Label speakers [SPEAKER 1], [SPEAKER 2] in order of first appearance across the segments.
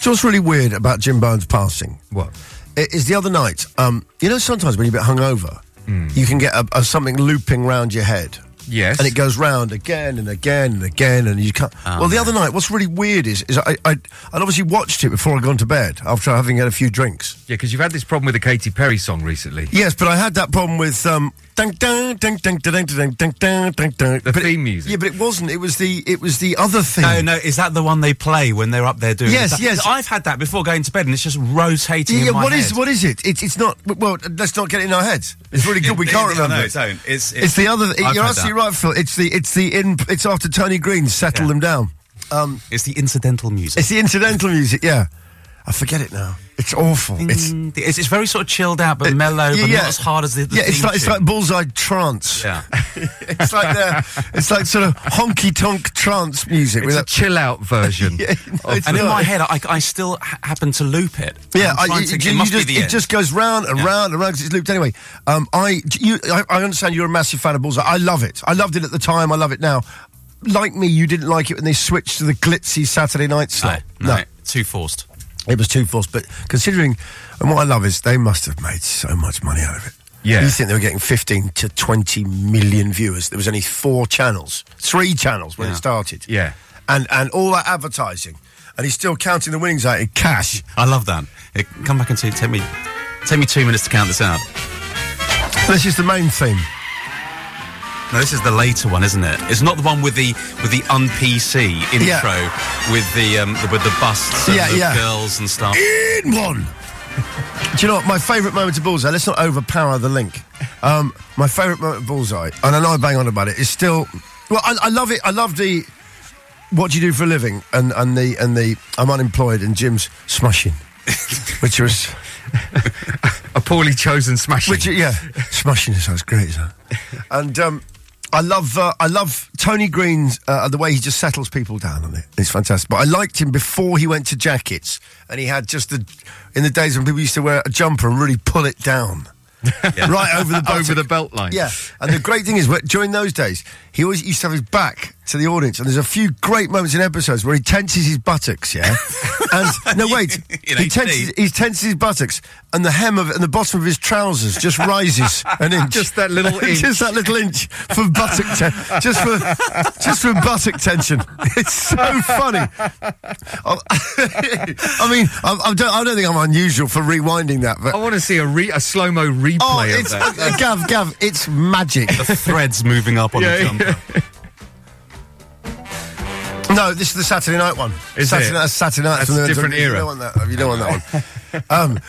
[SPEAKER 1] Do you know what's really weird about Jim Bowen's passing? What? It is the other night. Um, you know, sometimes when you're a bit hungover,
[SPEAKER 2] Hmm.
[SPEAKER 1] you can get a, a something looping round your head.
[SPEAKER 3] Yes.
[SPEAKER 1] And it goes round again and again and again, and you can't.
[SPEAKER 2] Ah,
[SPEAKER 1] well, the other night, what's really weird is, is I, I, I'd obviously watched it before I'd gone to bed after having had a few drinks.
[SPEAKER 3] Yeah, because you've had this problem with the Katy Perry song recently.
[SPEAKER 1] Yes, but I had that problem with um, dun, dun, dun, dun, dun, dun, dun, dun, dun, dun, dun.
[SPEAKER 3] The
[SPEAKER 1] But it-
[SPEAKER 3] theme music.
[SPEAKER 1] Yeah, but it wasn't. It was the it was the other thing.
[SPEAKER 2] No, no, is that the one they play when they're up there doing?
[SPEAKER 1] Yes,
[SPEAKER 2] that?
[SPEAKER 1] yes.
[SPEAKER 2] I've had that before going to bed, and it's just rotating.
[SPEAKER 1] Yeah,
[SPEAKER 2] in my
[SPEAKER 1] what is
[SPEAKER 2] head.
[SPEAKER 1] what is it? It's it's not. Well, let's not get it in our heads. It's really good. We
[SPEAKER 2] Yeah,
[SPEAKER 1] can't
[SPEAKER 2] no,
[SPEAKER 1] remember.
[SPEAKER 2] no,
[SPEAKER 1] it.
[SPEAKER 2] don't. It's-
[SPEAKER 1] it's the other.
[SPEAKER 2] I've
[SPEAKER 1] you're
[SPEAKER 2] had
[SPEAKER 1] absolutely
[SPEAKER 2] that.
[SPEAKER 1] right, Phil. It's the it's the in. It's after Tony Green settled
[SPEAKER 2] Yeah.
[SPEAKER 1] them down. Um,
[SPEAKER 2] It's the incidental music.
[SPEAKER 1] it's the incidental music. Yeah, I forget it now. It's awful. It's
[SPEAKER 2] Ding, ding. It's, it's very sort of chilled out, but
[SPEAKER 1] it-
[SPEAKER 2] mellow,
[SPEAKER 1] yeah,
[SPEAKER 2] but
[SPEAKER 1] yeah.
[SPEAKER 2] not as hard as the. the
[SPEAKER 1] yeah, it's
[SPEAKER 2] theme
[SPEAKER 1] like it's
[SPEAKER 2] tune.
[SPEAKER 1] like bullseye trance.
[SPEAKER 2] Yeah.
[SPEAKER 1] it's like the, it's like sort of honky tonk trance music.
[SPEAKER 3] It's a
[SPEAKER 1] without-
[SPEAKER 3] chill out version.
[SPEAKER 1] Yeah, no, it's
[SPEAKER 2] and in
[SPEAKER 1] not.
[SPEAKER 2] my head, I, I still ha- happen to loop it.
[SPEAKER 1] Yeah,
[SPEAKER 2] I'm
[SPEAKER 1] I,
[SPEAKER 2] trying
[SPEAKER 1] you-
[SPEAKER 2] to-
[SPEAKER 1] you-
[SPEAKER 2] it
[SPEAKER 1] you
[SPEAKER 2] must
[SPEAKER 1] just,
[SPEAKER 2] be the
[SPEAKER 1] it
[SPEAKER 2] end.
[SPEAKER 1] just goes round and round and round because it's looped anyway. Um, I, d- you, I, I understand you're a massive fan of Bullseye. I love it. I loved it at the time. I love it now. Like me, you didn't like it when they switched to the glitzy Saturday night
[SPEAKER 2] no,
[SPEAKER 1] slot.
[SPEAKER 2] no, too forced.
[SPEAKER 1] it was too forced. But considering, and what I love is they must have made so much money out of it.
[SPEAKER 3] Yeah.
[SPEAKER 1] you think they were getting 15 to 20 million viewers? There was only four channels, three channels when it
[SPEAKER 2] Yeah.
[SPEAKER 1] started.
[SPEAKER 3] Yeah.
[SPEAKER 1] and and all that advertising, and he's still counting the winnings out in cash.
[SPEAKER 2] I love that. It, come back and see. Take me, take me two minutes to count this out.
[SPEAKER 1] This is the main theme.
[SPEAKER 2] No, this is the later one, isn't it? It's not the one with the with the un-PC intro
[SPEAKER 1] Yeah.
[SPEAKER 2] with the, um, the with the busts and
[SPEAKER 1] Yeah,
[SPEAKER 2] the
[SPEAKER 1] yeah.
[SPEAKER 2] girls and stuff.
[SPEAKER 1] in one. Do you know what my favourite moment of Bullseye? Let's not overpower the link. Um, my favourite moment of Bullseye, and I know I bang on about it, is still. Well, I, I love it. I love the what do you do for a living and and the and the I'm unemployed and Jim's smushing, which was
[SPEAKER 3] A poorly chosen smashing.
[SPEAKER 1] which yeah, smushing sounds great, is that? And um, I love uh, I love Tony Green's uh, the way he just settles people down on it. It's fantastic. But I liked him before he went to jackets, and he had just the in the days when people used to wear a jumper and really pull it down. right over the
[SPEAKER 3] Over the
[SPEAKER 1] buttock.
[SPEAKER 3] belt line.
[SPEAKER 1] Yeah, and the great thing is, wh- during those days, he always used to have his back to the audience, and there's a few great moments in episodes where he tenses his buttocks. Yeah, and no, wait,
[SPEAKER 2] In
[SPEAKER 1] he
[SPEAKER 2] HD.
[SPEAKER 1] tenses, he tenses his buttocks, and the hem of and the bottom of his trousers just rises an inch,
[SPEAKER 3] Just that little inch.
[SPEAKER 1] just that little inch for buttock, te- just for just for buttock tension. It's so funny. Oh, I mean, I, I, don't, I don't think I'm unusual for rewinding that, but
[SPEAKER 3] I want to see a, re- a slow mo replay
[SPEAKER 1] Oh,
[SPEAKER 3] of
[SPEAKER 1] it's,
[SPEAKER 3] that.
[SPEAKER 1] Gav, Gav, it's magic.
[SPEAKER 2] The threads moving up on
[SPEAKER 3] Yeah,
[SPEAKER 2] the jumper.
[SPEAKER 1] No, this is the Saturday night one.
[SPEAKER 3] Is
[SPEAKER 1] Saturday,
[SPEAKER 3] it?
[SPEAKER 1] Night, Saturday night.
[SPEAKER 3] That's
[SPEAKER 1] when
[SPEAKER 3] a
[SPEAKER 1] they're-
[SPEAKER 3] different
[SPEAKER 1] you
[SPEAKER 3] era.
[SPEAKER 1] Don't want that, you don't want that one. Um,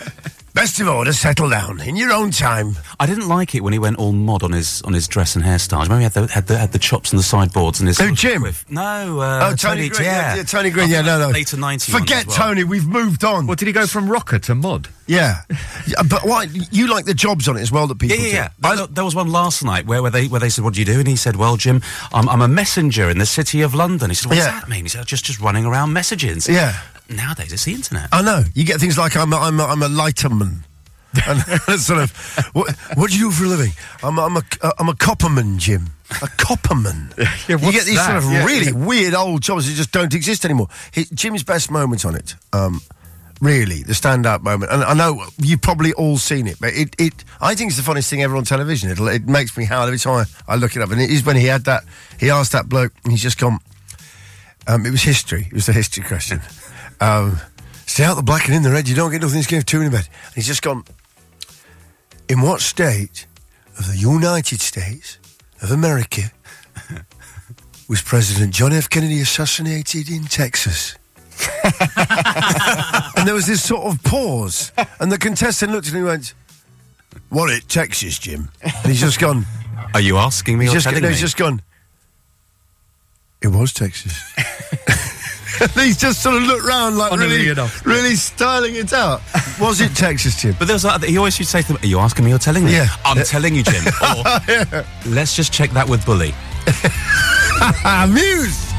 [SPEAKER 1] best of all, to settle down in your own time.
[SPEAKER 2] I didn't like it when he went all mod on his on his dress and hairstyle. Remember, he had the had the, had the chops and the sideboards and his.
[SPEAKER 3] Oh,
[SPEAKER 1] Who, Jim?
[SPEAKER 2] No, uh,
[SPEAKER 1] oh, Tony, Green. Yeah.
[SPEAKER 2] Yeah.
[SPEAKER 1] yeah, Tony Green.
[SPEAKER 2] I
[SPEAKER 1] Yeah,
[SPEAKER 2] think
[SPEAKER 1] no, no.
[SPEAKER 2] that's Later ninety. ones
[SPEAKER 1] Forget
[SPEAKER 2] as well.
[SPEAKER 1] Tony. We've moved on.
[SPEAKER 3] Well, did he go from rocker to mod?
[SPEAKER 1] Yeah, Yeah, but why? You like the jobs on it as well that people
[SPEAKER 2] Yeah, yeah,
[SPEAKER 1] do.
[SPEAKER 2] yeah. There, there was one last night where, where they where they said, "What do you do?" And he said, "Well, Jim, I'm, I'm a messenger in the city of London." He said, "What does
[SPEAKER 1] Yeah.
[SPEAKER 2] that mean?" He said, "Just just running around messaging."
[SPEAKER 1] Yeah.
[SPEAKER 2] Nowadays, it's the internet.
[SPEAKER 1] I know. You get things like I'm a, I'm a, I'm a lighterman. and it's sort of, what, what do you do for a living? I'm a, I'm a, uh, I'm a copperman, Jim. A copperman. you
[SPEAKER 3] Yeah, what's
[SPEAKER 1] get these
[SPEAKER 3] that?
[SPEAKER 1] sort of
[SPEAKER 3] Yeah,
[SPEAKER 1] really
[SPEAKER 3] yeah.
[SPEAKER 1] weird old jobs that just don't exist anymore. He, Jim's best moment on it, um, really, the standout moment. And I know you've probably all seen it, but it, it I think it's the funniest thing ever on television. It'll, it makes me howl every time I, I look it up. And it is when he had that, he asked that bloke, and he's just gone, um, it was history. It was the history question. Um, stay out the black and in the red. You don't get nothing to give to in bed. And he's just gone. In what state of the United States of America was President John F. Kennedy assassinated in Texas? and there was this sort of pause, and the contestant looked at him and went, "What it Texas, Jim?" And he's just gone.
[SPEAKER 2] Are you asking me?
[SPEAKER 1] He's
[SPEAKER 2] or
[SPEAKER 1] just,
[SPEAKER 2] telling
[SPEAKER 1] no,
[SPEAKER 2] me?
[SPEAKER 1] he's just gone. It was Texas. And he's just sort of looked round like
[SPEAKER 3] Funnily
[SPEAKER 1] really,
[SPEAKER 3] enough.
[SPEAKER 1] really styling it out. Was it Texas, Jim?
[SPEAKER 2] But there was that, he always used to say to them, Are you asking me or telling me?
[SPEAKER 1] Yeah.
[SPEAKER 2] I'm telling you, Jim. Or, Let's just check that with Bully.
[SPEAKER 1] Amused.